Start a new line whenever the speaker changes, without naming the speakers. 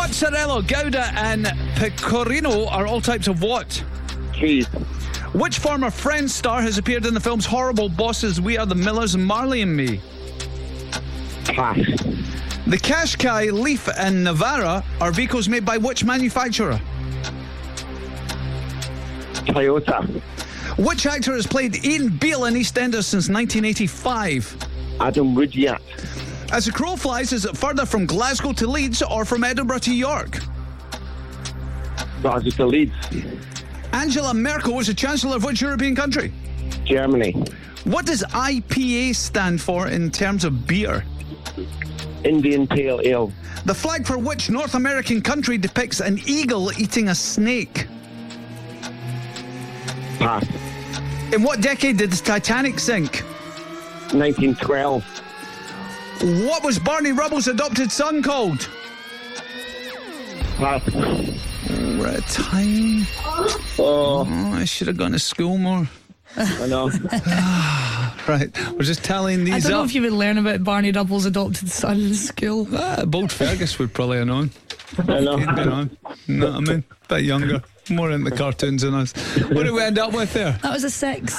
Mozzarella, Gouda, and Pecorino are all types of what?
Cheese.
Which former Friends star has appeared in the films Horrible Bosses, We Are the Millers, and Marley and Me?
Pass.
The Kashkai, Leaf, and Navara are vehicles made by which manufacturer?
Toyota.
Which actor has played Ian Beale in EastEnders since 1985?
Adam Rudyat.
As the crow flies, is it further from Glasgow to Leeds or from Edinburgh to York?
That was just the Leeds.
Angela Merkel was the Chancellor of which European country?
Germany.
What does IPA stand for in terms of beer?
Indian Pale Ale.
The flag for which North American country depicts an eagle eating a snake?
Pass.
In what decade did the Titanic sink?
1912.
What was Barney Rubble's adopted son called?
Pass.
Right, time.
Oh,
Oh, I should have gone to school more.
I know.
Right, we're just tallying
I
these
don't know
up.
if you would learn about Barney Rubble's adopted son in school.
Ah, Bold Fergus would probably have known.
I
He'd been
know.
on. Know what I mean? Bit younger, more into cartoons than us. What did we end up with there?
That was a six.